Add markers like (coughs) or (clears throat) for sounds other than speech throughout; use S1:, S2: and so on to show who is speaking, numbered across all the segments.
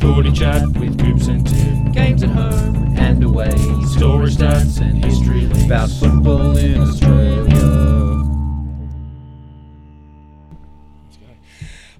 S1: Cordy chat with Goops and Tim.
S2: Games at home and away.
S1: Story stats and history links.
S2: About football in Australia.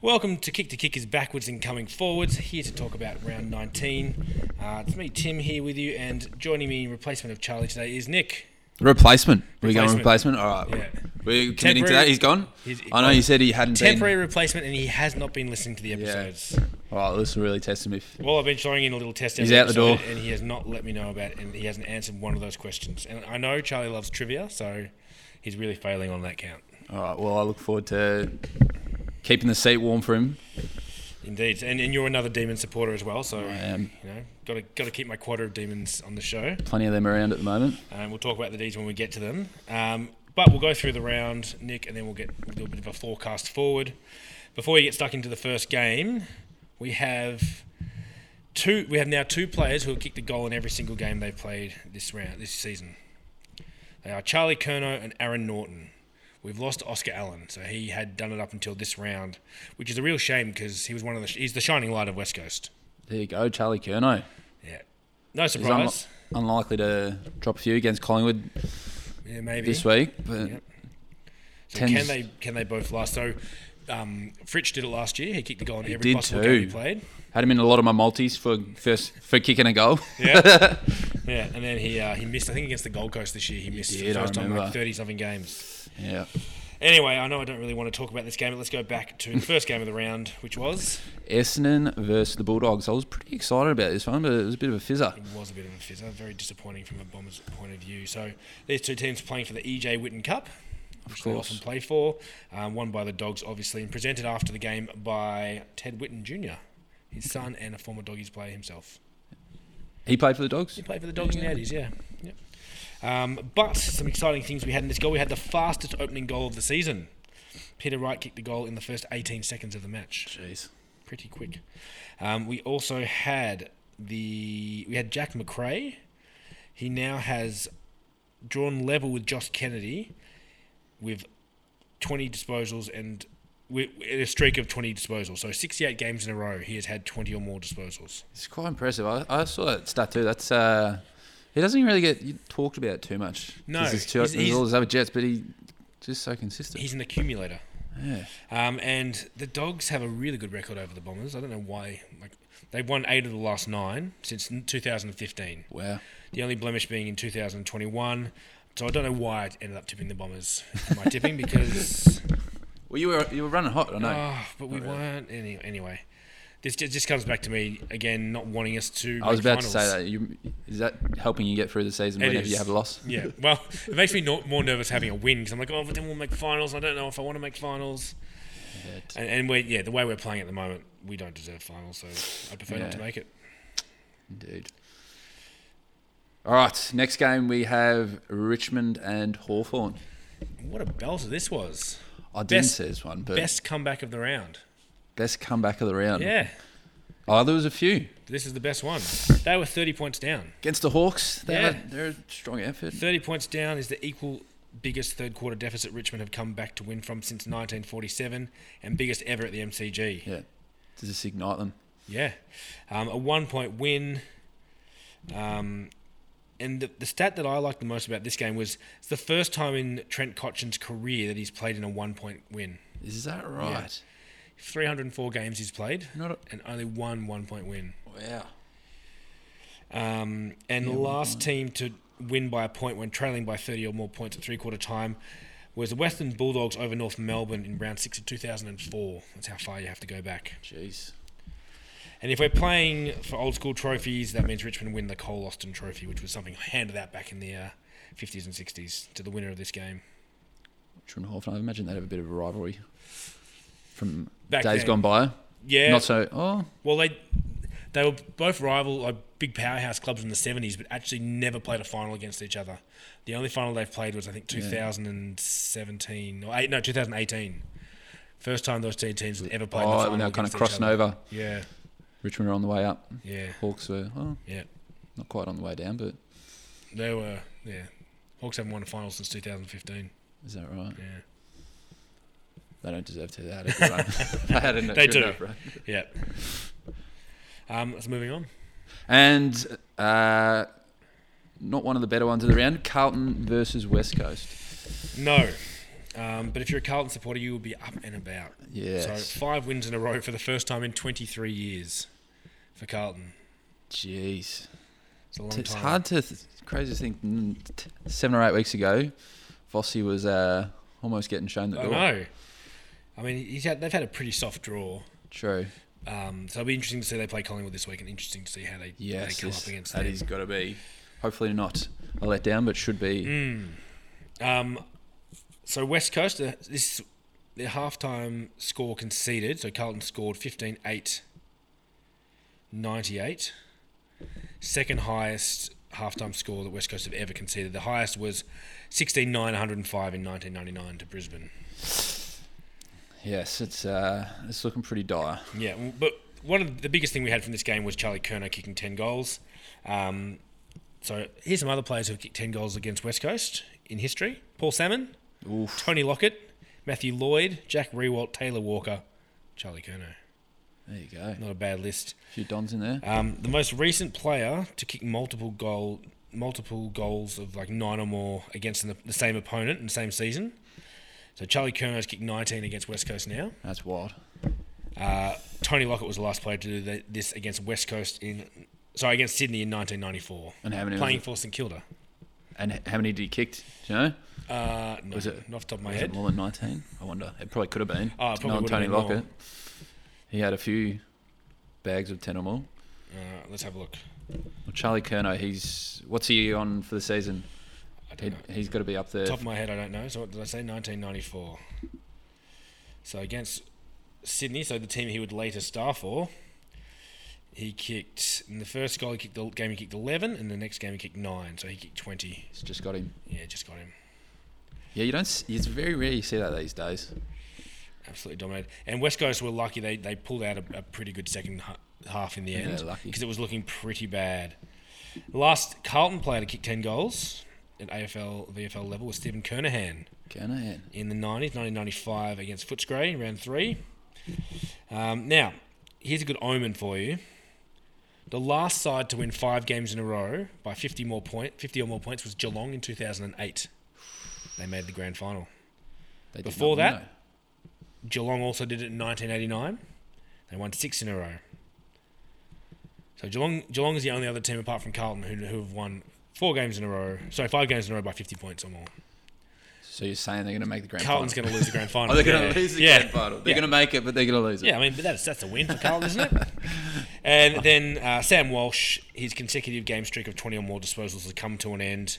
S3: Welcome to Kick to Kickers Backwards and Coming Forwards, here to talk about round 19. Uh, it's me, Tim, here with you, and joining me in replacement of Charlie today is Nick.
S4: Replacement. We're going
S3: Replacement.
S4: replacement. All right.
S3: Yeah.
S4: We're committing to
S3: Temporary-
S4: that. He's gone.
S3: He's-
S4: I know you said he hadn't
S3: Temporary replacement, and he has not been listening to the episodes.
S4: been. All right, this will really test him if.
S3: Well, I've been throwing in a little test
S4: He's
S3: every
S4: out the
S3: episode,
S4: door.
S3: and he has not let me know about it, and he hasn't answered one of those questions. And I know Charlie loves trivia, so he's really failing on that count.
S4: All right. Well, I look forward to keeping the seat warm for him.
S3: Indeed, and, and you're another demon supporter as well, so
S4: am.
S3: you know, got to got to keep my quota of demons on the show.
S4: Plenty of them around at the moment.
S3: Um, we'll talk about the D's when we get to them. Um, but we'll go through the round, Nick, and then we'll get a little bit of a forecast forward. Before we get stuck into the first game, we have two. We have now two players who have kicked a goal in every single game they've played this round, this season. They are Charlie Kerno and Aaron Norton. We've lost Oscar Allen, so he had done it up until this round, which is a real shame because he was one of the he's the shining light of West Coast.
S4: There you go, Charlie Kerno.
S3: Yeah, no
S4: He's unli-
S3: surprise.
S4: unlikely to drop a few against Collingwood
S3: yeah, maybe
S4: this week, but
S3: Yep. So
S4: Tens-
S3: can they can they both last? So um, Fritsch did it last year. He kicked the goal in every
S4: did
S3: possible
S4: too.
S3: game
S4: (laughs)
S3: he played.
S4: had him in a lot of my multis for first for kicking a
S3: (laughs)
S4: goal.
S3: Yeah, yeah. And then he uh, he missed. I think against the Gold Coast this year, he missed
S4: did,
S3: the
S4: I
S3: first time in like
S4: remember.
S3: thirty something games.
S4: yeah.
S3: Anyway, I know I don't really want to talk about this game, but let's go back to the first game of the round, which was
S4: Essendon versus the Bulldogs. I was pretty excited about this one, but it was a bit of a fizzer.
S3: it was a bit of a fizzer, very disappointing from a Bombers' point of view. So these two teams playing for the EJ Witten Cup. Which they
S4: course.
S3: often play for, um, won by the Dogs, obviously, and presented after the game by Ted Witten Jr., his son and a former Doggies player himself.
S4: He played for the Dogs.
S3: He played for the Dogs in the 80s, yeah. Yep. Um, but some exciting things we had in this goal. We had the fastest opening goal of the season. Peter Wright kicked the goal in the first 18 seconds of the match.
S4: Jeez.
S3: Pretty quick. Um, we also had the we had Jack McRae. He now has drawn level with Josh Kennedy with 20 disposals and with in a streak of 20 disposals. So 68 games in a row, he has had 20 or more disposals.
S4: It's quite impressive. I, I saw that stat too. That's uh, he doesn't really get talked about too much.
S3: No,
S4: 'Cause there's, two,
S3: he's-
S4: there's
S3: he's-
S4: all his other Jets, but he just so consistent.
S3: He's an accumulator.
S4: yeah,
S3: Um, and the Dogs have a really good record over the Bombers. I don't know why. Like they've won eight of the last nine since 2015.
S4: wow.
S3: The only blemish being in 2021. So I don't know why I ended up tipping the Bombers. in
S4: (laughs)
S3: My tipping because,
S4: Well, you were you were running hot. I know.
S3: oh, but we weren't. Any, anyway, this ju- just comes back to me again not wanting us to.
S4: I was
S3: make
S4: about to
S3: finals.
S4: say that. You, is that helping you get through the season
S3: It
S4: whenever you
S3: is.
S4: have a loss?
S3: Yeah.
S4: (laughs)
S3: Well, it makes me no- more nervous having a win because I'm like, oh, but then we'll make finals. I don't know if I want to make finals. And, and we yeah, the way we're playing at the moment, we don't deserve finals, so I prefer not to
S4: Yeah.
S3: make it.
S4: Indeed. All right. Next game we have Richmond and Hawthorn.
S3: What a belter this was!
S4: I didn't
S3: Best-
S4: see this one, but Mm. best,
S3: Best comeback of the round.
S4: comeback of the round.
S3: Yeah,
S4: Oh, there was a few
S3: this is the best one. They were 30 points down.
S4: against the Hawks. They
S3: Yeah.
S4: yeah. they're a strong effort.
S3: 30 points down is the equal biggest third quarter deficit Richmond have come back to win from since 1947, and biggest ever at the MCG.
S4: Yeah. To just ignite them.
S3: Yeah, um, a one point win. Um, and the, the stat that I liked the most about this game was it's the first time in Trent Cotchin's career that he's played in a one point win.
S4: Is that right?
S3: 304 games he's played,
S4: Not a-
S3: and only one one point win.
S4: Wow.
S3: Um, and last team to win by a point when trailing by 30 or more points at three quarter time was the Western Bulldogs over North Melbourne in round six of 2004. That's how far you have to go back.
S4: Jeez.
S3: And if we're playing for old school trophies, that means Richmond win the Cole Austin Trophy, which was something handed out back in the uh, 50s and 60s to the winner of this game.
S4: Richmond Hawthorn. I imagine they'd have a bit of a rivalry from
S3: Back
S4: days
S3: then.
S4: gone by.
S3: Yeah.
S4: Not so. Oh,
S3: well, they they were both rival like big powerhouse clubs in the 70s, but actually never played a final against each other. The only final they've played was I think 2017 or eight, no 2018. First time those two teams had ever played. in the
S4: oh
S3: final
S4: and they're kind of
S3: against each
S4: crossing
S3: other.
S4: over.
S3: Yeah,
S4: Richmond are on the way up.
S3: yeah,
S4: Hawks were oh,
S3: yeah.
S4: not quite on the way down, but
S3: They were yeah. Hawks haven't won a final since 2015.
S4: is that right?
S3: Yeah. (laughs)
S4: (laughs) They don't deserve to. They had a good run. they had a
S3: They
S4: good
S3: do.
S4: enough run.
S3: Yeah. Um, so moving on.
S4: And uh, not one of the better ones of the round Carlton versus West Coast.
S3: No. Um, but if you're a Carlton supporter, you will be up and about.
S4: Yes.
S3: So five wins in a row for the first time in 23 years for Carlton.
S4: Jeez.
S3: It's a long
S4: It's
S3: time.
S4: hard to. Th- craziest thing, mm, t- seven or eight weeks ago, Fossey was uh, almost getting shown the
S3: I
S4: door.
S3: know. I mean, he's had, they've had a pretty soft draw.
S4: True.
S3: Um, so it'll be interesting to see they play Collingwood this week, and interesting to see how they,
S4: Yes.
S3: they come
S4: this-
S3: up against
S4: that
S3: them.
S4: has got to be. Hopefully not a letdown, but should be.
S3: Mm. Um, so West Coast, uh, this their halftime score conceded. So Carlton scored 15-8, 98. Second highest halftime score that West Coast have ever conceded. The highest was 16-9, 105 in 1999 to Brisbane.
S4: Yes, it's uh, it's looking pretty dire.
S3: Yeah, w- but one of the biggest thing we had from this game was Charlie Kerner kicking 10 goals. Um, so here's some other players who have kicked 10 goals against West Coast in history. Paul Salmon,
S4: Oof.
S3: Tony Lockett, Matthew Lloyd, Jack Rewalt, Taylor Walker, Charlie Kerno.
S4: There you go.
S3: Not a bad list.
S4: A few dons in there.
S3: Um, the most recent player to kick multiple goal, multiple goals of like nine or more against the, the same opponent in the same season. So Charlie Kerno's kicked 19 against West Coast now.
S4: That's wild.
S3: Uh, Tony Lockett was the last player to do th- this against West Coast in, sorry, against Sydney in 1994,
S4: And how many? was
S3: playing
S4: it-
S3: for St Kilda.
S4: and h- how many did he kick? Do you know?
S3: Uh, no,
S4: Was it-
S3: not off the top of my
S4: Was it
S3: head.
S4: more than nineteen? I wonder. It probably could have been.
S3: Oh, it probably
S4: Knowing
S3: would have
S4: Tony
S3: been more.
S4: Lockett. He had a few bags of ten or more.
S3: Uh, let's have a look.
S4: Well, Charlie Kerno, he's what's he on for the season?
S3: I
S4: He,
S3: don't know.
S4: he's got to be up there.
S3: Top of my head, I don't know. So what did I say? 1994. So against Sydney, so the team he would later star for, he kicked in the first goal. He kicked the game. He kicked 11, and the next game he kicked nine. So he kicked 20.
S4: It's just got him.
S3: Yeah, just got him.
S4: Yeah, you don't. s- It's very rare you see that these days.
S3: Absolutely dominated. And West Coast were lucky. They they pulled out a, a pretty good second ha- half in the
S4: Yeah,
S3: end
S4: lucky.
S3: because it was looking pretty bad. Last Carlton player to kick 10 goals at AFL VFL level was Stephen Kernahan.
S4: Kernahan.
S3: in the 90s, 1995 against Footscray in round three. Um, now, here's a good omen for you. The last side to win five games in a row by 50 more point, 50 or more points was Geelong in 2008. They made the grand final.
S4: They did
S3: Before
S4: not
S3: that?
S4: know.
S3: Geelong also did it in 1989. They won six in a row. So Geelong, Geelong is the only other team apart from Carlton who, who have won four games in a row. Sorry, five games in a row by 50 points or more.
S4: so you're saying they're going to make the grand
S3: Carlton's
S4: final?
S3: going to lose
S4: (laughs)
S3: the grand final.
S4: Oh, they're going
S3: Yeah.
S4: to lose the
S3: Yeah.
S4: grand final. They're
S3: Yeah.
S4: going to make it, but they're going to lose it.
S3: Yeah, I mean, but that's that's a win for Carlton,
S4: (laughs)
S3: isn't it? And then uh, Sam Walsh, his consecutive game streak of twenty or more disposals has come to an end,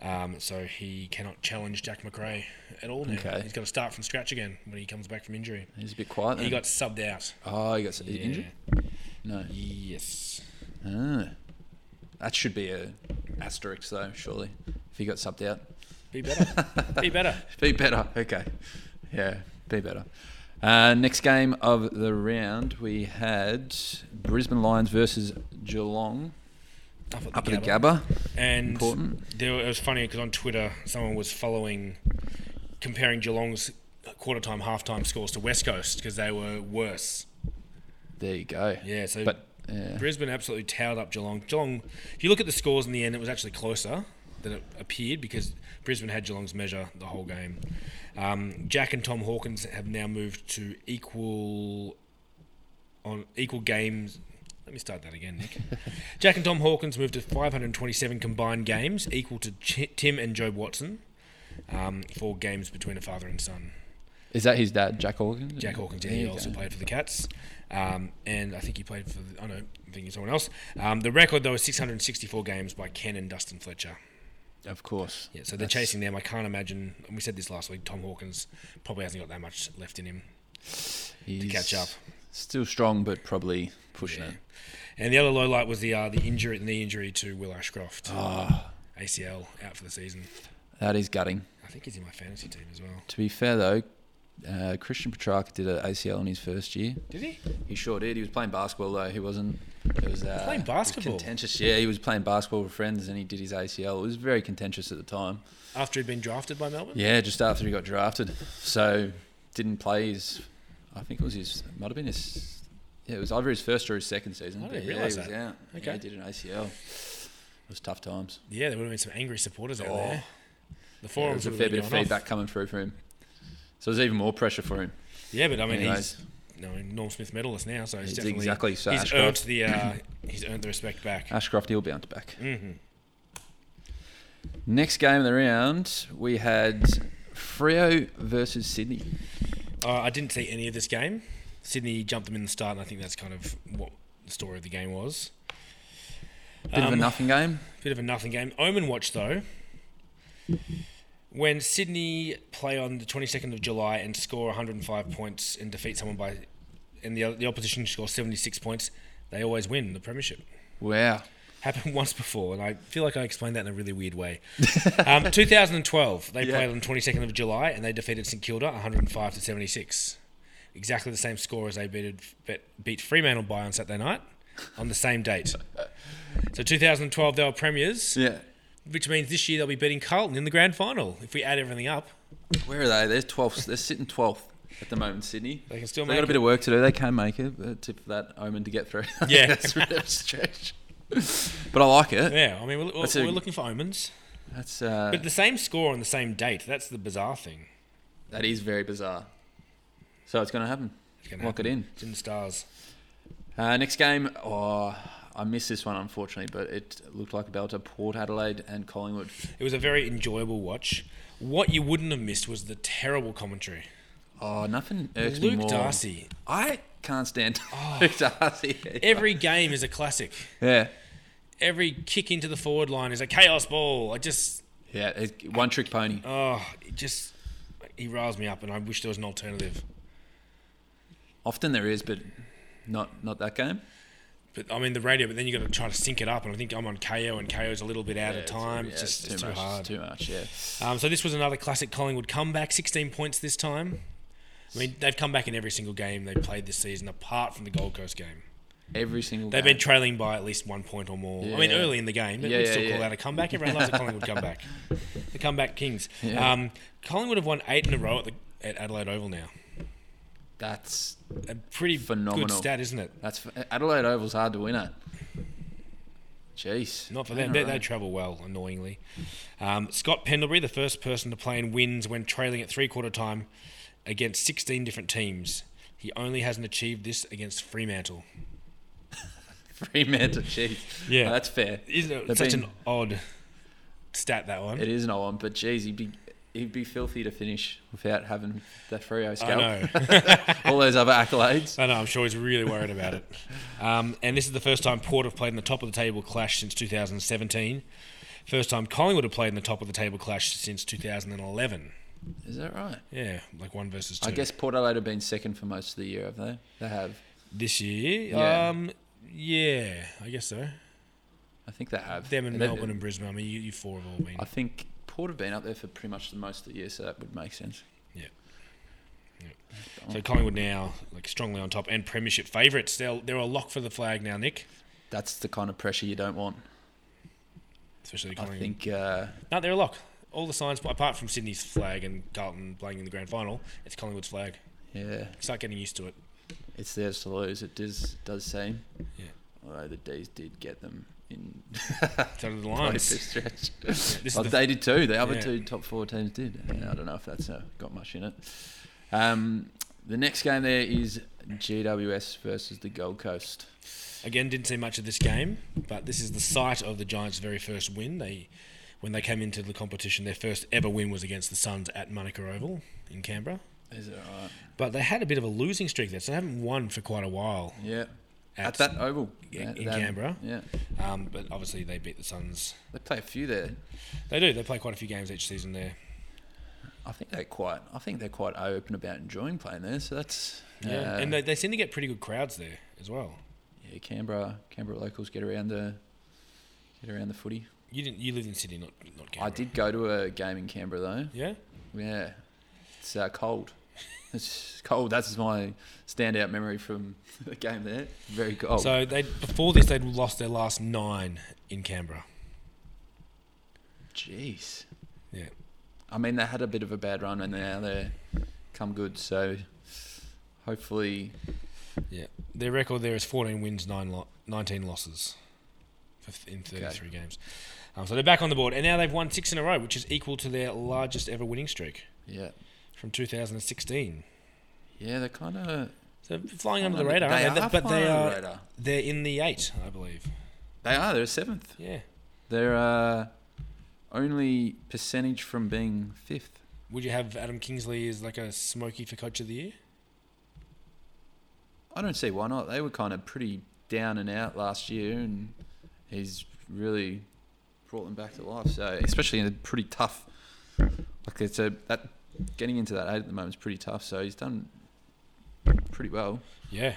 S3: um, so he cannot challenge Jack McRae at all now.
S4: Okay.
S3: He's got to start from scratch again when he comes back from injury.
S4: He's a bit quiet. Then.
S3: He got subbed out.
S4: Oh, he got s-
S3: Yeah.
S4: injured. No.
S3: Yes.
S4: Ah. That should be a asterisk though, surely. If he got subbed out, (laughs)
S3: Be (laughs) better. Be better.
S4: be better. Okay. Yeah, be better. Uh, next game of the round, we had Brisbane Lions versus Geelong
S3: Up at
S4: up at the
S3: Gabba.
S4: Gabba.
S3: And
S4: Important.
S3: there, it was funny because on Twitter, someone was following, comparing Geelong's quarter time, half time scores to West Coast because they were worse.
S4: There you go.
S3: Yeah, so
S4: But yeah,
S3: Brisbane absolutely towed up Geelong. Geelong, if you look at the scores in the end, it was actually closer than it appeared because Brisbane had Geelong's measure the whole game. Um, Jack and Tom Hawkins have now moved to equal on equal games. Let me start that again, Nick. Jack and Tom Hawkins moved to 527 combined games, equal to Ch- Tim and Joe Watson um, for games between a father and son.
S4: is that his dad, Jack Hawkins?
S3: Jack Hawkins. Yeah,
S4: There
S3: he
S4: you
S3: also
S4: go.
S3: played for the Cats, um, and I think he played for the, I don't know, I think he's someone else. Um, the record though is 664 games by Ken and Dustin Fletcher.
S4: Of course.
S3: Yeah, so they're
S4: That's-
S3: chasing them. I can't imagine. And we said this last week. Tom Hawkins probably hasn't got that much left in him.
S4: he's
S3: catch up.
S4: Still strong, but probably pushing
S3: Yeah.
S4: it.
S3: And the other low light was the uh, the injury, the knee injury to Will Ashcroft,
S4: Ah,
S3: ACL out for the season.
S4: that is gutting.
S3: I think he's in my fantasy team as well.
S4: To be fair though, uh, Christian Petrarca did an ACL in his first year.
S3: Did he?
S4: He sure did. He was playing basketball though. He wasn't. It was uh,
S3: Playing
S4: it was
S3: basketball?
S4: contentious. Yeah, he was playing basketball with friends, and he did his ACL. It was very contentious at the time.
S3: After he'd been drafted by Melbourne.
S4: Yeah, just after he got drafted, so didn't play his. I think it was his. Might have been his. Yeah, it was either his first or his second season.
S3: I
S4: but
S3: didn't
S4: yeah,
S3: realise
S4: he was
S3: that.
S4: out. Yeah,
S3: Okay.
S4: he did an ACL. It was tough times.
S3: Yeah, there would have been some angry supporters out
S4: Oh.
S3: there. The
S4: There
S3: forums
S4: was a
S3: would
S4: fair
S3: have
S4: bit
S3: been
S4: of
S3: going off.
S4: feedback coming through for him. So there's even more pressure for him.
S3: Yeah, but I mean,
S4: Anyways.
S3: he's you know, Norm Smith medalist now, so he's
S4: He's
S3: definitely
S4: exactly so
S3: he's
S4: Ashcroft.
S3: earned
S4: (clears throat)
S3: the uh, he's earned the respect back.
S4: Ashcroft, he'll bounce back.
S3: hmm
S4: Next game of the round, we had Frio versus Sydney.
S3: Uh, I didn't see any of this game. Sydney jumped them in the start, and I think that's kind of what the story of the game was.
S4: Bit of a
S3: Um,
S4: nothing game.
S3: Bit of a nothing game. Omen watch though. When Sydney play on the 22nd of July and score 105 points and defeat someone by, and the, the opposition score 76 points, they always win the premiership.
S4: Wow.
S3: Happened (laughs) once before, and I feel like I explained that in a really weird way. (laughs) um, 2012, they
S4: Yeah.
S3: played on 22nd of July and they defeated St Kilda 105 to 76. Exactly the same score as they beat, bet- beat Fremantle by on Saturday night on the
S4: (laughs)
S3: same date. So 2012, they were premiers.
S4: Yeah.
S3: Which means this year they'll be beating Carlton in the grand final. If we add everything up,
S4: Where are they? They're 12th. They're sitting 12th at the moment, Sydney.
S3: they can still
S4: They've
S3: make
S4: got a bit
S3: it.
S4: of work to do. They can make it, but tip for that omen to get through. (laughs)
S3: Yeah.
S4: That's a bit of a stretch. But I like it.
S3: yeah, I mean, we're,
S4: That's
S3: we're,
S4: a-
S3: we're looking for omens.
S4: That's uh,
S3: But the same score on the same date, that's the bizarre thing.
S4: That is very bizarre. So it's going to happen.
S3: It's gonna
S4: Lock it in.
S3: It's in the stars.
S4: Uh, next game, oh, I missed this one unfortunately, but it looked like a belter. Port Adelaide and Collingwood.
S3: It was a very enjoyable watch. What you wouldn't have missed was the terrible commentary.
S4: Oh, nothing irks me
S3: Luke
S4: more.
S3: Darcy. Oh.
S4: I can't stand (laughs) Luke Darcy.
S3: Every game is a classic.
S4: yeah,
S3: Every kick into the forward line is a chaos ball. I just,
S4: yeah, it- one trick pony.
S3: oh, it just, he riles me up, and I wish there was an alternative.
S4: Often there is, but not not that game.
S3: But I mean the radio, but then you got to try to sync it up, and I think I'm on KO, and KO's a little bit out
S4: Yeah,
S3: of
S4: it's-
S3: time.
S4: yeah,
S3: it's just it's
S4: too
S3: too,
S4: much.
S3: hard.
S4: It's too much. Yeah.
S3: Um, so this was another classic Collingwood comeback. 16 points this time. I mean they've come back in every single game they played this season, apart from the Gold Coast game.
S4: Every single.
S3: They've
S4: game.
S3: been trailing by at least one point or more. I mean
S4: Yeah.
S3: early in the game, but
S4: Yeah,
S3: we
S4: yeah,
S3: still call
S4: yeah.
S3: that a comeback. Everyone loves a Collingwood
S4: (laughs)
S3: comeback. The comeback kings.
S4: Yeah.
S3: Um, Collingwood have won eight in a row at, the, at Adelaide Oval now.
S4: That's
S3: A pretty good
S4: Phenomenal.
S3: stat, isn't it?
S4: that's Adelaide Oval's hard to win at. Jeez.
S3: Not for
S4: I
S3: them.
S4: don't
S3: They,
S4: know.
S3: they travel well, annoyingly. Um, Scott Pendlebury, the first person to play in wins when trailing at three quarter time against 16 different teams. He only hasn't achieved this against Fremantle.
S4: (laughs) Fremantle, jeez.
S3: Yeah.
S4: Oh, that's fair.
S3: Isn't it
S4: They've
S3: such
S4: been-
S3: an odd stat, that one?
S4: It is an odd one, but jeez, he'd be he'd be filthy to finish without having that Freo
S3: I
S4: scalp.
S3: know.
S4: (laughs) All those other accolades.
S3: (laughs) I know. I'm sure he's really worried about it. Um, and this is the first time Port have played in the top of the table clash since 2017. First time Collingwood have played in the top of the table clash since 2011.
S4: Is that right?
S3: Yeah, like one versus two.
S4: I guess Port Adelaide have been second for most of the year, have they? They have.
S3: this year.
S4: Yeah.
S3: Um, yeah, I guess so.
S4: I think they have.
S3: Them and
S4: They've-
S3: Melbourne and Brisbane. I mean, you, you four have all been.
S4: I think Port have been up there for pretty much the most of the year, so that would make sense.
S3: So Collingwood now like strongly on top and premiership favourites. They're they're a lock for the flag now, Nick.
S4: That's the kind of pressure you don't want.
S3: Especially
S4: I
S3: Collingwood.
S4: think. Uh,
S3: No, they're a lock. All the signs apart from Sydney's flag and Carlton playing in the grand final, it's Collingwood's flag.
S4: yeah,
S3: Start getting used to it.
S4: it's theirs to lose. It does does seem.
S3: Yeah.
S4: Although the D's did get them
S3: (laughs)
S4: in
S3: It's under the
S4: quite a
S3: lines.
S4: stretch.
S3: (laughs) This
S4: Oh,
S3: is the,
S4: they did too. The other
S3: Yeah.
S4: two top four teams did. I don't know if that's uh, got much in it. Um, the next game there is GWS versus the Gold Coast.
S3: again, didn't see much of this game, but this is the site of the Giants' very first win. They, when they came into the competition, their first ever win was against the Suns at Monica Oval in Canberra.
S4: Is it right?
S3: But they had a bit of a losing streak there, so they haven't won for quite a while.
S4: Yeah. At,
S3: At,
S4: that oval
S3: in-
S4: At
S3: in
S4: that-
S3: Canberra.
S4: Yeah.
S3: um, but obviously they beat the Suns.
S4: They play a few there.
S3: They do. They play quite a few games each season there.
S4: I think they're quite. I think they're quite open about enjoying playing there. So that's
S3: Yeah,
S4: uh,
S3: and they, they seem to get pretty good crowds there as well.
S4: yeah, Canberra. Canberra locals get around the get around the footy.
S3: You didn't. You lived in Sydney, not not Canberra.
S4: I did go to a game in Canberra though.
S3: Yeah.
S4: Yeah, it's uh, cold. (laughs) It's cold. That's my standout memory from (laughs) the game there. Very cold.
S3: So they before this they'd lost their last nine in Canberra.
S4: Jeez.
S3: Yeah.
S4: I mean, they had a bit of a bad run, and now they're come good. So hopefully,
S3: Yeah. Their record there is 14 wins, nine lo- 19 losses for th- in 33 games. Um, so they're back on the board. And now they've won six in a row, which is equal to their largest ever winning streak
S4: Yeah.
S3: from 2016.
S4: Yeah, they're kind of.
S3: So flying under the radar.
S4: They
S3: aren't
S4: are
S3: but they
S4: flying under
S3: are
S4: the radar.
S3: they're in the eight, I believe.
S4: They are. They're seventh.
S3: Yeah.
S4: They're uh, only percentage from being fifth.
S3: Would you have Adam Kingsley as like a smoky for coach of the year?
S4: I don't see why not. They were kind of pretty down and out last year, and he's really brought them back to life. So, especially in a pretty tough, like it's a that getting into that eight at the moment is pretty tough. So he's done pretty well.
S3: Yeah.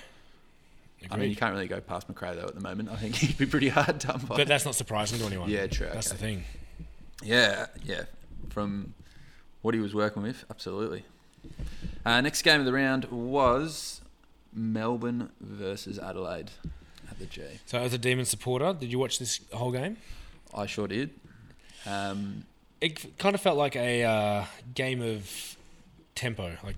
S4: I mean, you
S3: Agreed.
S4: can't really go past McRae though at the moment. I think (laughs) he'd be pretty hard done by.
S3: but that's not surprising to anyone.
S4: yeah, true.
S3: That's
S4: okay.
S3: the thing.
S4: Yeah, yeah. From what he was working with, absolutely. Uh, next game of the round was Melbourne versus Adelaide at the G.
S3: So as a Demon supporter, did you watch this whole game?
S4: I sure did. Um,
S3: It kind of felt like a uh, game of tempo. Like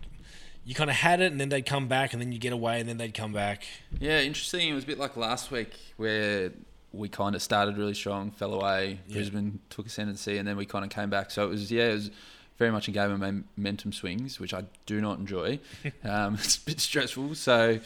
S3: you kind of had it, and then they'd come back, and then you get away, and then they'd come back.
S4: yeah, interesting. It was a bit like last week where we kind of started really strong, fell away.
S3: Yeah.
S4: Brisbane took ascendancy, and then we kind of came back. So it was yeah, it was very much a game of mom- momentum swings, which I do not
S3: (laughs)
S4: enjoy. um, (laughs) it's a bit stressful. So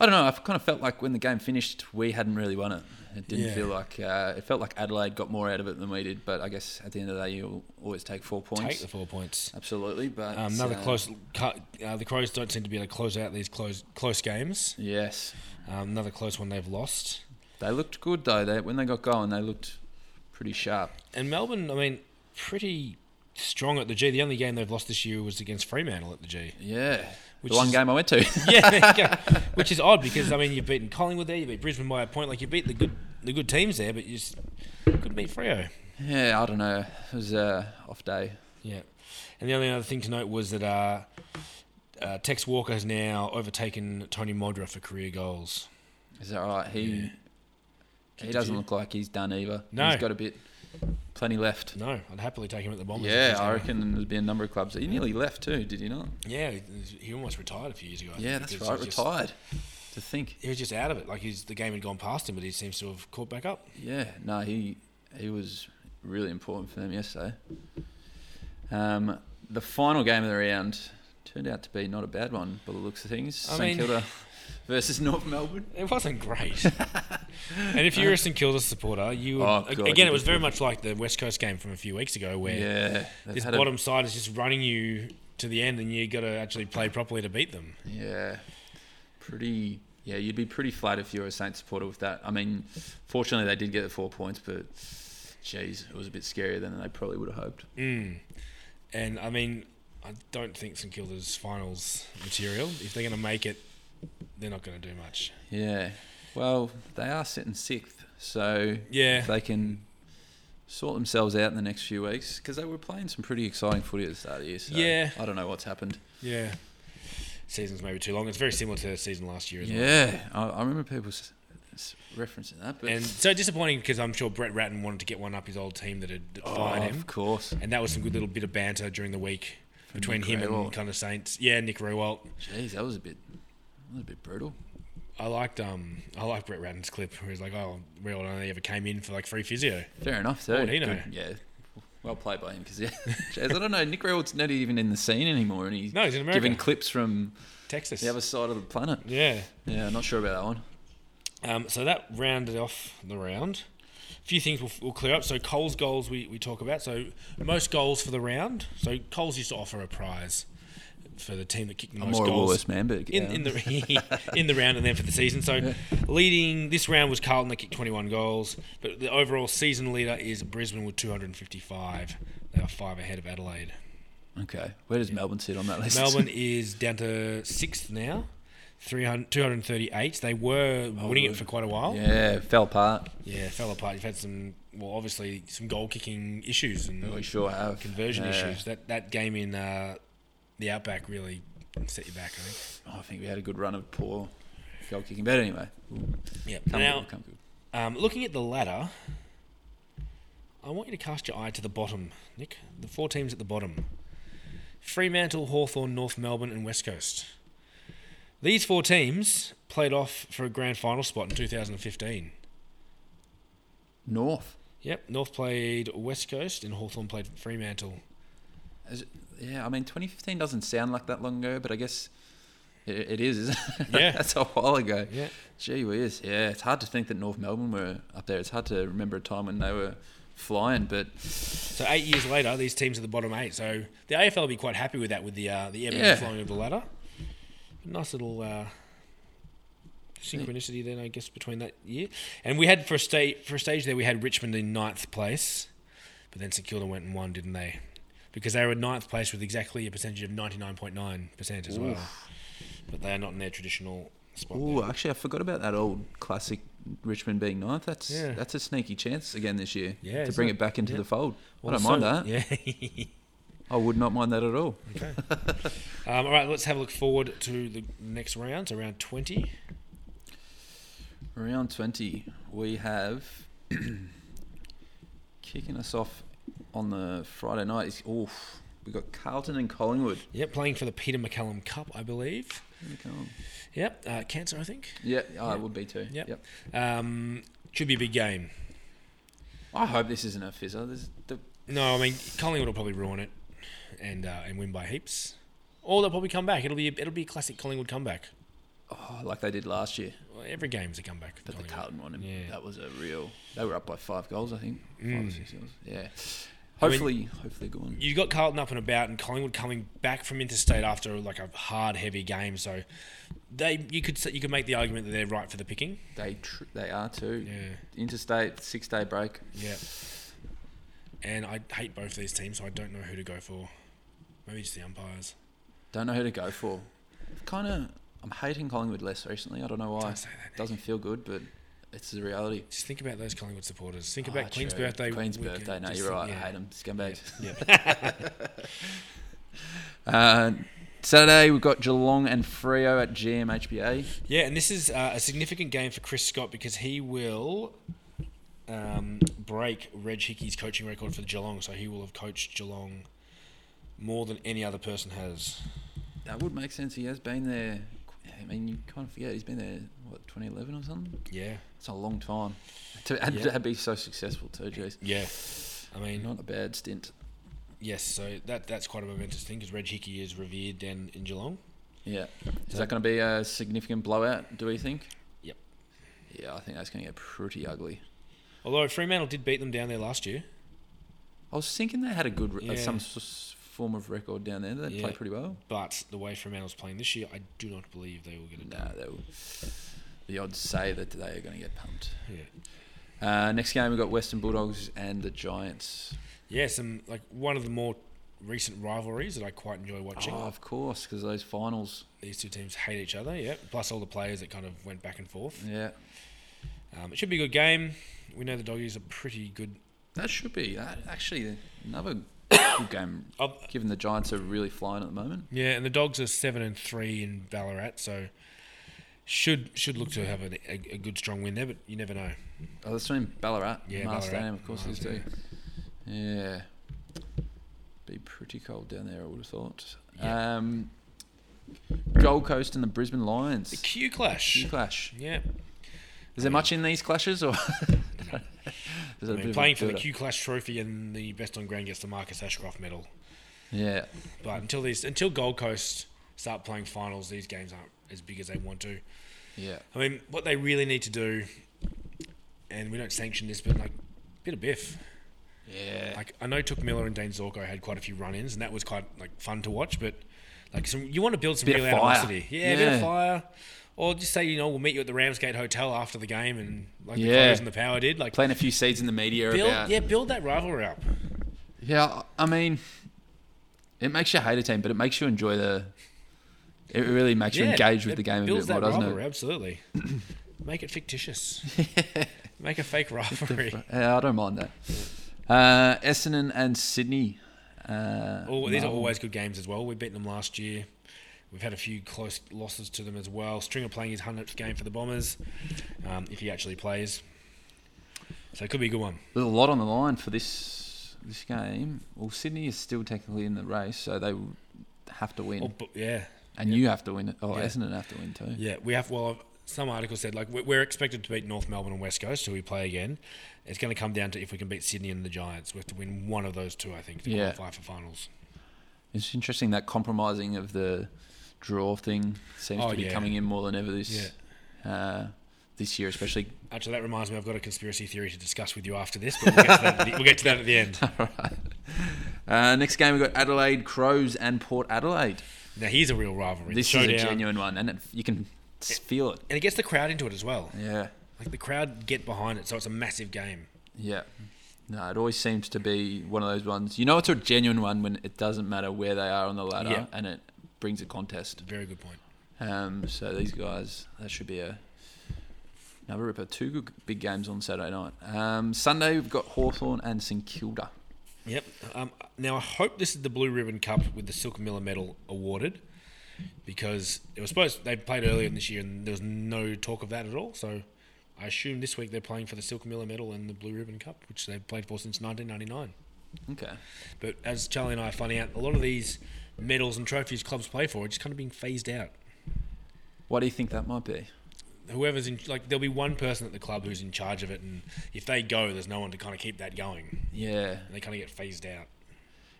S4: I don't know. I kind of felt like when the game finished, we hadn't really won it. It didn't
S3: Yeah.
S4: feel like uh, it felt like Adelaide got more out of it than we did. But I guess at the end of the day, you'll always take four points.
S3: Take the four points.
S4: Absolutely, but
S3: Um, another
S4: uh,
S3: close. cut- Uh, the Crows don't seem to be able to close out these close close games.
S4: Yes,
S3: Um, another close one they've lost.
S4: They looked good though. They when they got going, they looked pretty sharp.
S3: And Melbourne, I mean, pretty strong at the G. The only game they've lost this year was against Fremantle at the G.
S4: Yeah,
S3: Which
S4: the one
S3: is-
S4: game I went to.
S3: (laughs)
S4: (laughs)
S3: Yeah, there you go. which is odd because I mean you've beaten Collingwood there, you beat Brisbane by a point, like you beat the good the good teams there, but you just couldn't beat Freo.
S4: yeah, I don't know. It was a off day.
S3: Yeah, and the only other thing to note was that uh, uh, Tex Walker has now overtaken Tony Modra for career goals.
S4: Is that right? He
S3: Yeah.
S4: he
S3: Did
S4: doesn't
S3: you-
S4: look like he's done either.
S3: No.
S4: he's got a bit, plenty left.
S3: No, I'd happily take him at the Bombers. if
S4: Yeah,
S3: he's
S4: I
S3: going.
S4: reckon there's been a number of clubs. He nearly left too, did he not?
S3: Yeah, he- he almost retired a few years ago. I
S4: Yeah,
S3: think,
S4: that's
S3: because
S4: right.
S3: he was
S4: Retired. To think.
S3: Just, he was just out of it. Like he's, the game had gone past him, but he seems to have caught back up.
S4: Yeah, no, he he was really important for them yesterday. Um, the final game of the round turned out to be not a bad one by the looks of things.
S3: I
S4: St
S3: mean-
S4: Kilda versus North Melbourne.
S3: It
S4: (laughs)
S3: wasn't great. and if you're a St Kilda supporter, you
S4: Oh,
S3: ag-
S4: God,
S3: again,
S4: you
S3: it was
S4: did
S3: very much like the West Coast game from a few weeks ago, where
S4: Yeah, they've
S3: this
S4: had a-
S3: bottom side is just running you to the end, and you got to actually play properly to beat them.
S4: yeah, pretty. Yeah, you'd be pretty flat if you were a Saints supporter with that. I mean, fortunately they did get the four points, but jeez, it was a bit scarier than they probably would have hoped.
S3: Mm. And I mean, I don't think St Kilda's finals material. If they're going to make it, they're not going to do much.
S4: Yeah. Well, they are sitting sixth, so
S3: Yeah,
S4: if they can sort themselves out in the next few weeks because they were playing some pretty exciting footy at the start of the year. So
S3: Yeah.
S4: I don't know what's happened.
S3: yeah. Season's maybe too long. It's very similar to the season last year as well.
S4: Yeah, I, I remember people s- s- referencing that. But
S3: And so disappointing because I'm sure Brett Ratton wanted to get one up his old team that had that
S4: Oh,
S3: fired him.
S4: of course,
S3: and that was some good little bit of banter during the week between
S4: Nick
S3: him
S4: Rewalt.
S3: and kind of Saints. Yeah, Nick Rewalt.
S4: jeez, that was a bit, that was a bit brutal.
S3: I liked um I liked Brett Ratton's clip where he's like, "Oh, Rewalt only ever came in for like free physio."
S4: Fair enough,
S3: What
S4: though.
S3: would he know?
S4: Good- Yeah, well played by him because yeah, (laughs) jeez, I don't know. Nick Rewalt's not even in the scene anymore, and he's
S3: No, he's in America,
S4: giving clips from
S3: Texas.
S4: the other side of the planet.
S3: Yeah.
S4: Yeah, not sure about that one.
S3: Um, so that rounded off the round. A few things we'll, we'll clear up. So Cole's goals we, we talk about. So most goals for the round. So Cole's used to offer a prize for the team that kicked the
S4: I'm
S3: most
S4: more a
S3: goals.
S4: Woolworths man, but
S3: in, in the (laughs) in the round and then for the season. So leading this round was Carlton that kicked 21 goals, but the overall season leader is Brisbane with 255. They are five ahead of Adelaide.
S4: (laughs) okay, where does Melbourne sit on that list? (laughs)
S3: Melbourne is down to sixth now. 300, 238. They were
S4: Oh,
S3: winning it for quite a while. Yeah.
S4: Yeah, fell apart.
S3: fell apart. You've had some, well, obviously some goal kicking issues and
S4: We sure have.
S3: conversion
S4: Oh, Yeah.
S3: issues. That that game in uh, the Outback really set you back. I think.
S4: Oh, I think we had a good run of poor goal kicking. But anyway,
S3: Yeah.
S4: come
S3: now,
S4: on, come good.
S3: Um, looking at the ladder, I want you to cast your eye to the bottom, Nick. The four teams at the bottom Fremantle, Hawthorn, North Melbourne, and West Coast. These four teams played off for a grand final spot in 2015.
S4: North.
S3: Yep, North played West Coast and Hawthorn played Fremantle.
S4: Is it- yeah, I mean, 2015 doesn't sound like that long ago, but I guess it, it is, isn't it?
S3: Yeah.
S4: (laughs) That's a while ago.
S3: Yeah.
S4: Gee whiz. Yeah, it's hard to think that North Melbourne were up there. It's hard to remember a time when they were flying, but
S3: So eight years later, these teams are the bottom eight. So the AFL will be quite happy with that, with the uh, the ebbing
S4: Yeah.
S3: and flowing of the ladder. Nice little uh, synchronicity then, I guess, between that year. And we had for a stage for a stage there, we had Richmond in ninth place, but then St Kilda went and won, didn't they? Because they were in ninth place with exactly a percentage of ninety nine point nine percent as well. But they are not in their traditional spot. there.
S4: Oh, actually, I forgot about that old classic Richmond being ninth. That's
S3: Yeah.
S4: that's a sneaky chance again this year
S3: Yeah,
S4: to
S3: isn't
S4: bring
S3: it?
S4: it back into
S3: Yeah.
S4: the fold. I
S3: Also-
S4: don't mind that.
S3: (laughs) Yeah.
S4: I would not mind that at all.
S3: um, all right, let's have a look forward to the next round, so round twenty.
S4: Round 20, we have (clears throat) kicking us off on the Friday night. Is, oof, we got Carlton and Collingwood.
S3: Yep, playing for the Peter McCallum Cup, I believe. Yep, uh, cancer, I think.
S4: Yeah, oh, it would be too.
S3: Yep. Um, should be a big game.
S4: I hope this isn't a fizzer. This is the,
S3: No, I mean Collingwood will probably ruin it and uh, and win by heaps. Or they'll probably come back. It'll be it'll be a classic Collingwood comeback.
S4: oh, like they did last year.
S3: Well, every game's a comeback. For
S4: But the
S3: Collingwood.
S4: Carlton one,
S3: Yeah. Mm.
S4: that was a real. They were up by five goals, I think. Five or six goals. Yeah.
S3: I mean-
S4: Hopefully, hopefully, go on.
S3: You got Carlton up and about, and Collingwood coming back from interstate after like a hard, heavy game. So they you could say- you could make the argument that they're right for the picking.
S4: They tr- they are too.
S3: Yeah.
S4: Interstate six day break.
S3: Yeah. And I hate both these teams, so I don't know who to go for. Maybe just the umpires.
S4: Don't know who to go for. Kind of. I'm hating Collingwood less recently. I don't know why.
S3: Don't say that.
S4: Doesn't feel good, but it's the reality.
S3: Just think about those Collingwood supporters. Think
S4: Ah,
S3: about Queen's
S4: true.
S3: birthday.
S4: Queen's
S3: weekend.
S4: birthday. No,
S3: Just
S4: you're
S3: think-
S4: right.
S3: yeah.
S4: I hate them. Scumbags. (laughs)
S3: Yeah.
S4: Uh, Saturday we've got Geelong and Frio at GMHBA.
S3: yeah, and this is uh, a significant game for Chris Scott because he will um, break Reg Hickey's coaching record for Geelong. So he will have coached Geelong more than any other person has.
S4: That would make sense. He has been there. I mean, you kind of forget he's been there. What 2011 or something?
S3: Yeah.
S4: It's a long time. To and
S3: Yeah.
S4: to be so successful too, jeez.
S3: Yeah. I mean,
S4: Not a bad stint.
S3: yes, so that that's quite a momentous thing because Reg Hickey is revered down in Geelong.
S4: Yeah. Is that going to be a significant blowout? Do we think?
S3: Yep.
S4: Yeah, I think that's going to get pretty ugly.
S3: Although Fremantle did beat them down there last year.
S4: I was thinking they had a good, re- uh,
S3: Yeah.
S4: some s- form of record down there. They
S3: Yeah.
S4: play pretty well.
S3: But the way Fremantle's playing this year, I do not believe they will get it
S4: No,
S3: done.
S4: they will. The odds say that they are going to get pumped.
S3: Yeah.
S4: Uh, next game we've got Western Bulldogs and the Giants.
S3: Yeah, some like one of the more recent rivalries that I quite enjoy watching.
S4: Oh, of course, because those finals.
S3: These two teams hate each other, yeah. Plus all the players that kind of went back and forth.
S4: Yeah,
S3: Um, it should be a good game. We know the doggies are pretty good.
S4: that should be that, actually another (coughs) good game.
S3: Oh,
S4: Given the Giants are really flying at the moment.
S3: yeah, and the dogs are seven and three in Ballarat, so should should look to have an, a, a good strong win there, but you never know.
S4: Oh, that's in Ballarat.
S3: Yeah,
S4: Mars
S3: Ballarat.
S4: Stadium, of course,
S3: Mars,
S4: these two. Yeah, be pretty cold down there. I would have thought. Um, Gold Coast and the Brisbane
S3: The
S4: Lions.
S3: Q clash.
S4: Huge clash.
S3: Yeah,
S4: Is there much in these clashes,
S3: (laughs)
S4: or (laughs) There's a
S3: I
S4: bit of
S3: mean,
S4: a
S3: playing for the
S4: build-up.
S3: Q Clash Trophy and the best on ground gets the Marcus Ashcroft Medal.
S4: Yeah,
S3: But until these, until Gold Coast start playing finals, these games aren't as big as they want to.
S4: yeah,
S3: I mean, what they really need to do, and we don't sanction this, but like, bit of biff.
S4: yeah.
S3: Like, I know Took Miller and Dane Zorko had quite a few run-ins, and that was quite like fun to watch. But like, some you want to build some
S4: Bit of
S3: real
S4: fire.
S3: animosity, yeah, a bit
S4: Yeah.
S3: of fire, or just say you know we'll meet you at the Ramsgate Hotel after the game, and like the
S4: Yeah.
S3: Crows and the Power did, like
S4: Playing a few seeds in the media
S3: build,
S4: about.
S3: yeah, build that rivalry up.
S4: yeah. I mean, it makes you hate a team, but it makes you enjoy the. It really makes you
S3: Yeah,
S4: engage with
S3: it
S4: the game a
S3: builds
S4: bit more,
S3: that
S4: doesn't
S3: rivalry,
S4: it? (coughs)
S3: Absolutely. Make
S4: (laughs)
S3: it fictitious. Make a fake rivalry.
S4: Yeah, Eh, I don't mind that. Uh, Essendon and Sydney. Uh,
S3: Oh, these are
S4: Melbourne.
S3: always good games as well. We beat them last year. We've had a few close losses to them as well. Stringer playing his 100th game for the Bombers, um, if he actually plays. So it could be a good one.
S4: There's a lot on the line for this this game. Well, Sydney is still technically in the race, so they have to win.
S3: Oh, but yeah,
S4: And you have to win it. Oh, Essendon have to win too.
S3: Yeah, we have. Well, some article said like we- we're expected to beat North Melbourne and West Coast, so we play again. It's going to come down to if we can beat Sydney and the Giants. We have to win one of those two, I think, to
S4: Yeah.
S3: qualify for finals.
S4: It's interesting that compromising of the draw thing seems
S3: Oh,
S4: to be
S3: yeah.
S4: coming in more than ever this uh, this year, especially.
S3: Actually, that reminds me, I've got a conspiracy theory to discuss with you after this, but we'll get to that at the, we'll get to that at the
S4: (laughs)
S3: end.
S4: Uh, next game we've got Adelaide Crows and Port Adelaide.
S3: Now, here's a real rivalry.
S4: This
S3: Showdown.
S4: is a genuine one, and it, you can s feel it.
S3: And it gets the crowd into it as well.
S4: Yeah,
S3: Like the crowd get behind it, so it's a massive game.
S4: yeah. No, it always seems to be one of those ones. You know, it's a genuine one when it doesn't matter where they are on the ladder,
S3: Yeah.
S4: and it brings a contest.
S3: Very good point.
S4: Um, so these guys, that should be a another ripper. Two good big games on Saturday night. Um, Sunday we've got Hawthorn and St Kilda.
S3: Yep. Um, now I hope this is the Blue Ribbon Cup with the Silk Miller Medal awarded, because it was supposed they played earlier in this year and there was no talk of that at all. So I assume this week they're playing for the Silk Miller Medal and the Blue Ribbon Cup, which they've played for since 1999.
S4: Okay.
S3: But as Charlie and I are finding out, a lot of these medals and trophies clubs play for are just kind of being phased out.
S4: What do you think that might be?
S3: Whoever's in, like, there'll be one person at the club who's in charge of it, and if they go, there's no one to kind of keep that going,
S4: Yeah.
S3: and they kind of get phased out.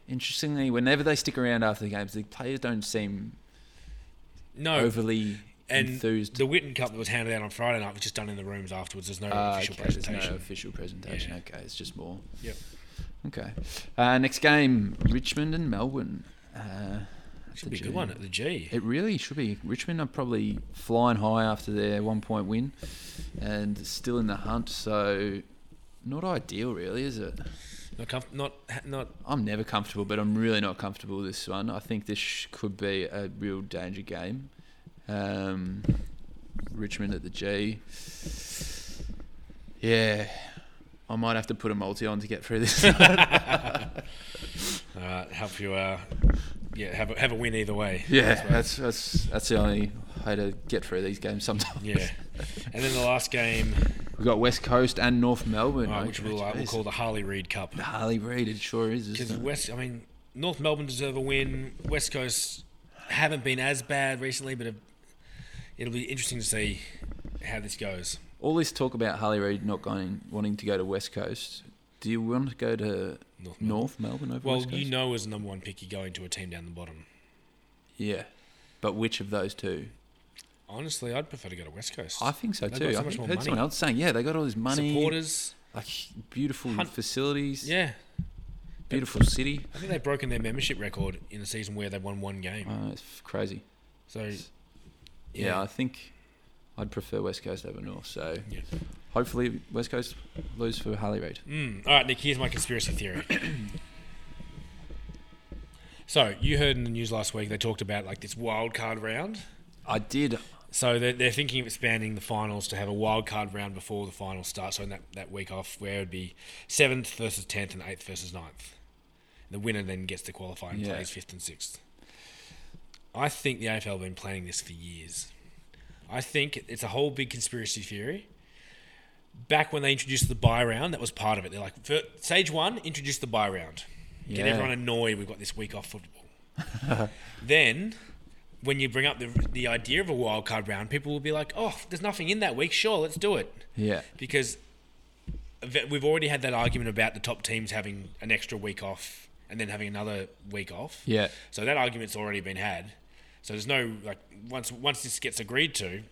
S4: Interestingly, whenever they stick around after the games, the players don't seem
S3: No,
S4: overly
S3: and
S4: enthused.
S3: the Witten Cup that was handed out on Friday night was just done in the rooms afterwards. There's no
S4: Ah,
S3: official
S4: okay, there's
S3: presentation.
S4: no official presentation.
S3: Yeah.
S4: Okay, it's just more.
S3: Yep.
S4: Okay. Uh, next game, Richmond and Melbourne. Uh, at
S3: Should
S4: the
S3: be a
S4: G.
S3: good one at the G.
S4: It really should be. Richmond are probably flying high after their one point win and still in the hunt, so not ideal, really, is it?
S3: Not, comf- not, not.
S4: I'm never comfortable, but I'm really not comfortable with this one. I think this sh- could be a real danger game. Um, Richmond at the G. Yeah. I might have to put a multi on to get through
S3: (laughs)
S4: this. (laughs)
S3: All right, help you. Uh, yeah, have a, have a win either way.
S4: yeah, that's that's that's the only way to get through these games sometimes.
S3: Yeah, and then the last game,
S4: (laughs) We've got West Coast and North Melbourne,
S3: uh,
S4: mate.
S3: which we'll, uh, we'll
S4: Oh, Jeez.
S3: call the Harley Reid Cup,
S4: Harley Reid. It sure is.
S3: because
S4: Isn't it?
S3: West. I mean, North Melbourne deserve a win. West Coast haven't been as bad recently, but have, it'll be interesting to see how this goes.
S4: All this talk about Harley Reid not going, wanting to go to West Coast. Do you want to go to
S3: North Melbourne.
S4: North Melbourne over
S3: Well,
S4: West Coast?
S3: you know, as number one pick, you're going to a team down the bottom.
S4: yeah, but which of those two?
S3: Honestly, I'd prefer to go to West Coast.
S4: I think so
S3: They've
S4: too.
S3: got so
S4: I
S3: much
S4: think-
S3: more
S4: heard someone
S3: money.
S4: else saying, yeah, they got all this money,
S3: supporters.
S4: like beautiful
S3: Hunt-
S4: facilities,
S3: Yeah,
S4: beautiful city.
S3: I think they've broken their membership record in a season where they've won one game.
S4: Uh, it's f- crazy.
S3: So, yeah,
S4: Yeah, I think I'd prefer West Coast over North. So
S3: Yeah.
S4: hopefully West Coast lose for Harley Reid.
S3: Mm. All right, Nick. Here's my conspiracy theory. (coughs) so you heard in the news last week they talked about like this wild card round.
S4: I did.
S3: So they're, they're thinking of expanding the finals to have a wild card round before the finals start. So in that, that week off, where it would be seventh versus tenth and eighth versus ninth. The winner then gets to qualify and
S4: Yeah.
S3: plays fifth and sixth. I think the AFL have been planning this for years. I think it's a whole big conspiracy theory. Back when they introduced the buy round, that was part of it. They're like, "Fir- stage one, introduce the buy round. Get
S4: Yeah.
S3: everyone annoyed we've got this week off football. (laughs) then when you bring up the, the idea of a wild card round, people will be like, "Oh, there's nothing in that week. Sure, let's do it."
S4: Yeah,
S3: Because ve- we've already had that argument about the top teams having an extra week off and then having another week off.
S4: yeah.
S3: So that argument's already been had. So there's no like once once this gets agreed to,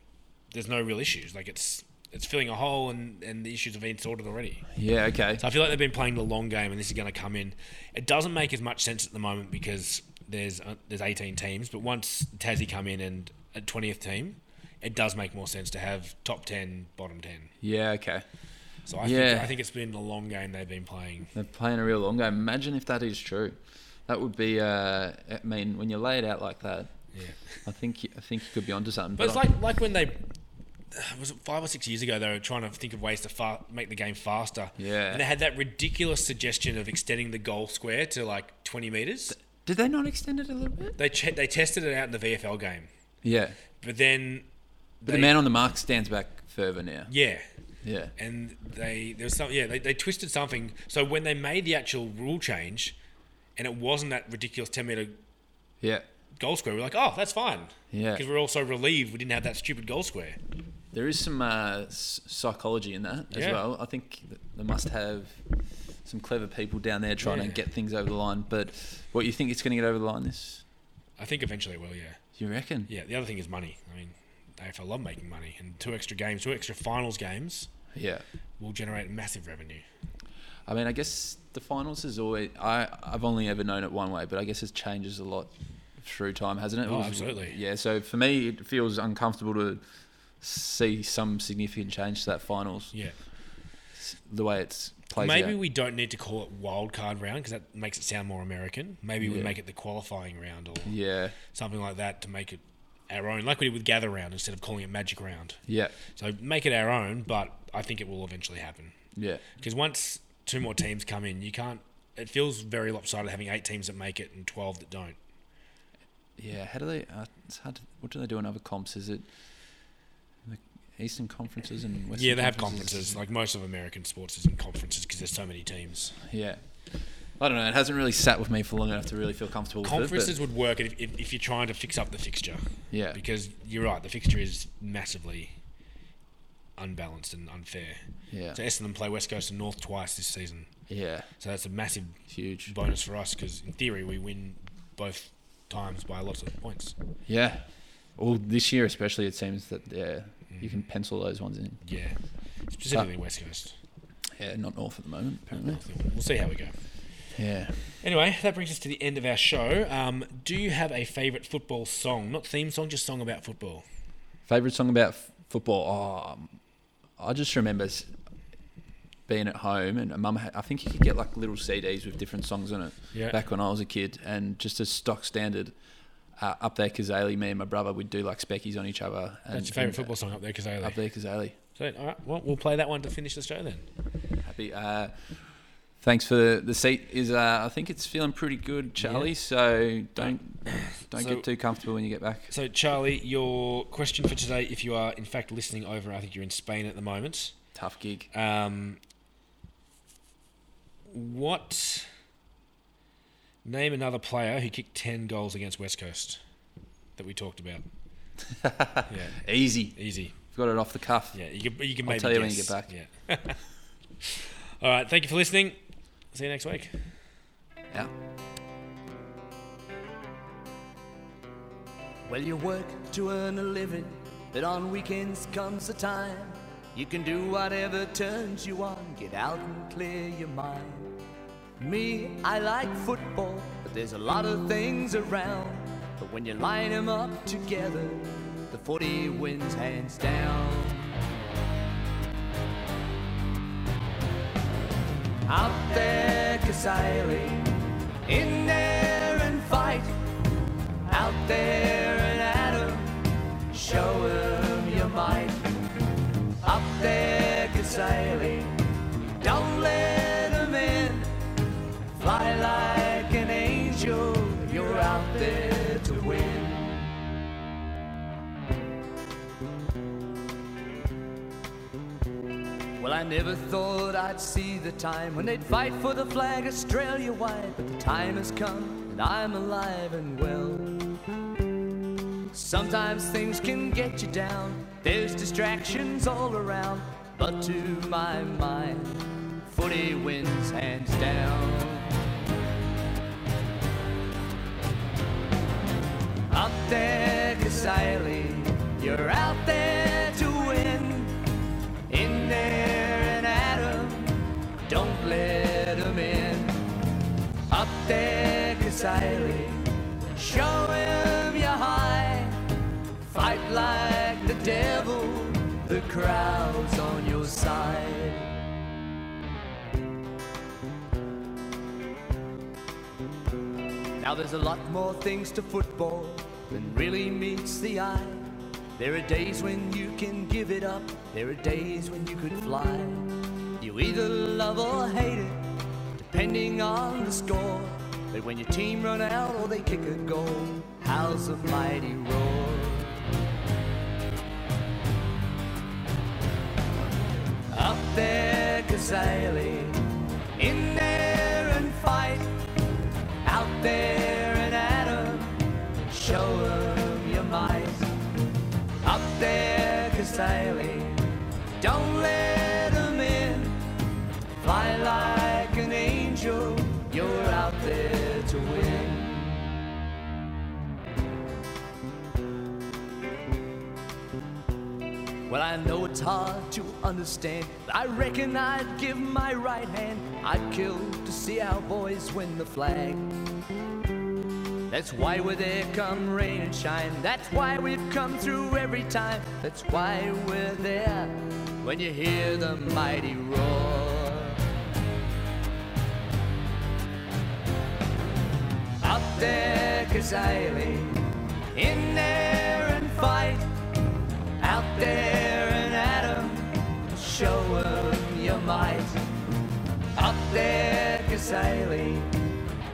S3: there's no real issues. Like it's it's filling a hole and and the issues have been sorted already.
S4: Yeah, okay.
S3: So I feel like they've been playing the long game, and this is going to come in. It doesn't make as much sense at the moment because there's uh, there's 18 teams, but once Tassie come in and a 20th team, it does make more sense to have top 10, bottom 10.
S4: Yeah, okay.
S3: So I
S4: Yeah.
S3: think I think it's been the long game they've been playing.
S4: They're playing a real long game. Imagine if that is true. That would be. Uh, I mean, when you lay it out like that,
S3: Yeah,
S4: I think you, I think you could be onto something.
S3: but it's
S4: I-
S3: like like when they. (sighs) Was it five or six years ago? They were trying to think of ways to fa- make the game faster.
S4: Yeah.
S3: and they had that ridiculous suggestion of extending the goal square to like twenty meters.
S4: did they not extend it a little bit?
S3: They che- they tested it out in the VFL game,
S4: Yeah,
S3: but then
S4: but
S3: they-
S4: the man on the mark stands back further now.
S3: Yeah,
S4: Yeah,
S3: and they there was some yeah they, they twisted something. So when they made the actual rule change, and it wasn't that ridiculous ten meter
S4: yeah,
S3: goal square, we're like, oh, that's fine.
S4: Yeah.
S3: Because we're all so relieved we didn't have that stupid goal square.
S4: There is some uh, s- psychology in that as
S3: Yeah.
S4: well. I think th- they must have some clever people down there trying
S3: Yeah.
S4: to get things over the line. But what you think it's going to get over the line? This
S3: I think eventually it will, yeah.
S4: you reckon?
S3: Yeah, the other thing is money. I mean, the AFL love making money, and two extra games, two extra finals games
S4: Yeah.
S3: will generate massive revenue.
S4: I mean, I guess the finals is always. I I've only ever known it one way, but I guess it changes a lot through time, hasn't it?
S3: Oh,
S4: It was-
S3: absolutely.
S4: Yeah. So for me, it feels uncomfortable to see some significant change to that finals.
S3: Yeah.
S4: The way it's played.
S3: Maybe
S4: out.
S3: we don't need to call it wild card round because that makes it sound more American. Maybe we
S4: Yeah.
S3: make it the qualifying round or
S4: Yeah.
S3: something like that to make it our own, like we did with gather round instead of calling it magic round.
S4: Yeah.
S3: So make it our own, but I think it will eventually happen
S4: Yeah.
S3: because once two more teams come in, you can't. It feels very lopsided having eight teams that make it and twelve that don't.
S4: Yeah, how do they? Uh, it's hard. To, what do they do in other comps? Is it the Eastern conferences and Western?
S3: yeah, they have conferences. Like most of American sports is in conferences because there's so many teams.
S4: Yeah, I don't know. It hasn't really sat with me for long enough to really feel comfortable.
S3: Conferences
S4: with it,
S3: would work if, if, if you're trying to fix up the fixture.
S4: but, yeah,
S3: Because you're right, the fixture is massively unbalanced and unfair.
S4: yeah,
S3: So Essendon play West Coast and North twice this season.
S4: yeah,
S3: So that's a massive
S4: huge.
S3: bonus for us because in theory we win both times by lots of points.
S4: Yeah, well, this year especially, it seems that yeah, you can pencil those ones in.
S3: Yeah.
S4: Uh,
S3: Specifically West Coast.
S4: Yeah, not North at the moment. Apparently.
S3: We'll see how we go.
S4: Yeah.
S3: Anyway, that brings us to the end of our show. Um, do you have a favourite football song? Not theme song, just song about football.
S4: Favorite song about f- football? Oh, um, I just remember s- being at home and mum. Had, I think you could get like little CDs with different songs on it.
S3: Yeah.
S4: Back when I was a kid, and just a stock standard uh, up there, Kazali. Me and my brother would do like speckies on each other. And,
S3: That's your favourite
S4: and
S3: football song up there because
S4: Up there, Kazali.
S3: So, all right, well, we'll play that one to finish the show then.
S4: Happy. Uh, thanks for the, the seat. Is uh, I think it's feeling pretty good, Charlie. So don't
S3: (coughs)
S4: don't
S3: So-
S4: get too comfortable when you get back.
S3: So, Charlie, your question for today, if you are in fact listening over, I think you're in Spain at the moment.
S4: Tough gig.
S3: Um, what? Name another player who kicked ten goals against West Coast that we talked about. yeah,
S4: Easy.
S3: easy.
S4: Got it off the cuff.
S3: Yeah, you can. You can
S4: I'll
S3: maybe
S4: tell you when you
S3: guess.
S4: get back.
S3: Yeah. (laughs) All right. Thank you for listening. See you next week.
S4: Out.
S5: Well, you work to earn a living, but on weekends comes the time. You can do whatever turns you on, get out and clear your mind. Me, I like football, but there's a lot of things around. But when you line 'em up together, the 40 wins hands down. Out there, Kasile, in there and fight out there and at 'em, show 'em you might. Up there, Gazelle, don't let 'em in. Fly like an angel, you're out there to win. Well, I never thought I'd see the time when they'd fight for the flag Australia wide, but the time has come and I'm alive and well. Sometimes things can get you down. There's distractions all around. But to my mind, footy wins hands down. Up there, Kasile, you're out there to win. In there and at 'em, don't let 'em in. Up there, Kasile, show 'em you're high. Fight like the devil, the crowd's on your side. Now there's a lot more things to football than really meets the eye. There are days when you can give it up, there are days when you could fly. You either love or hate it, depending on the score. But when your team run out or they kick a goal, how's the mighty roar? Up there, Gazelle, in there and fight out there and at 'em, show it's hard to understand. I reckon I'd give my right hand. I'd kill to see our boys win the flag. That's why we're there come rain and shine. That's why we've come through every time. That's why we're there when you hear the mighty roar. Up there, Kazali. In there and fight. Out there and Adam. Show 'em your might. Up there, Kazali.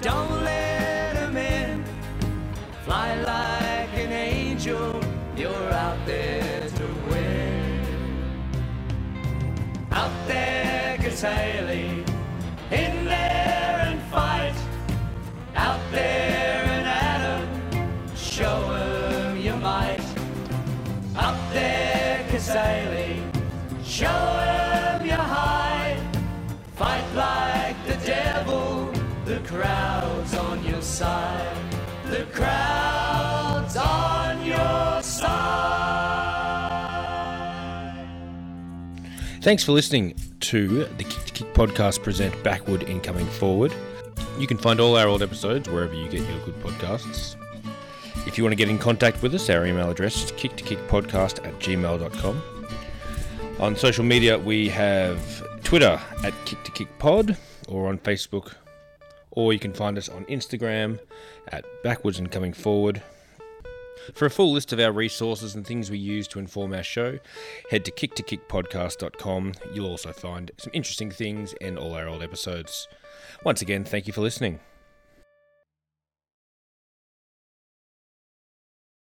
S5: Don't let 'em in. Fly like an angel. You're out there to win. Up there, Kazali. In there and fight. Out there in Adam. Show 'em your might. Up there, Kazali. Show 'em your hide. Fight like the devil. The crowd's on your side. The crowd's on your side.
S3: Thanks for listening to the Kick to Kick podcast present Backward Incoming Forward. You can find all our old episodes wherever you get your good podcasts. If you want to get in contact with us, our email address is kicktokickpodcast at gmail.com. On social media, we have Twitter at kicktokickpod or on Facebook, or you can find us on Instagram at backwards and coming forward. For a full list of our resources and things we use to inform our show, head to kicktokickpodcast.com. You'll also find some interesting things and all our old episodes. Once again, thank you for listening.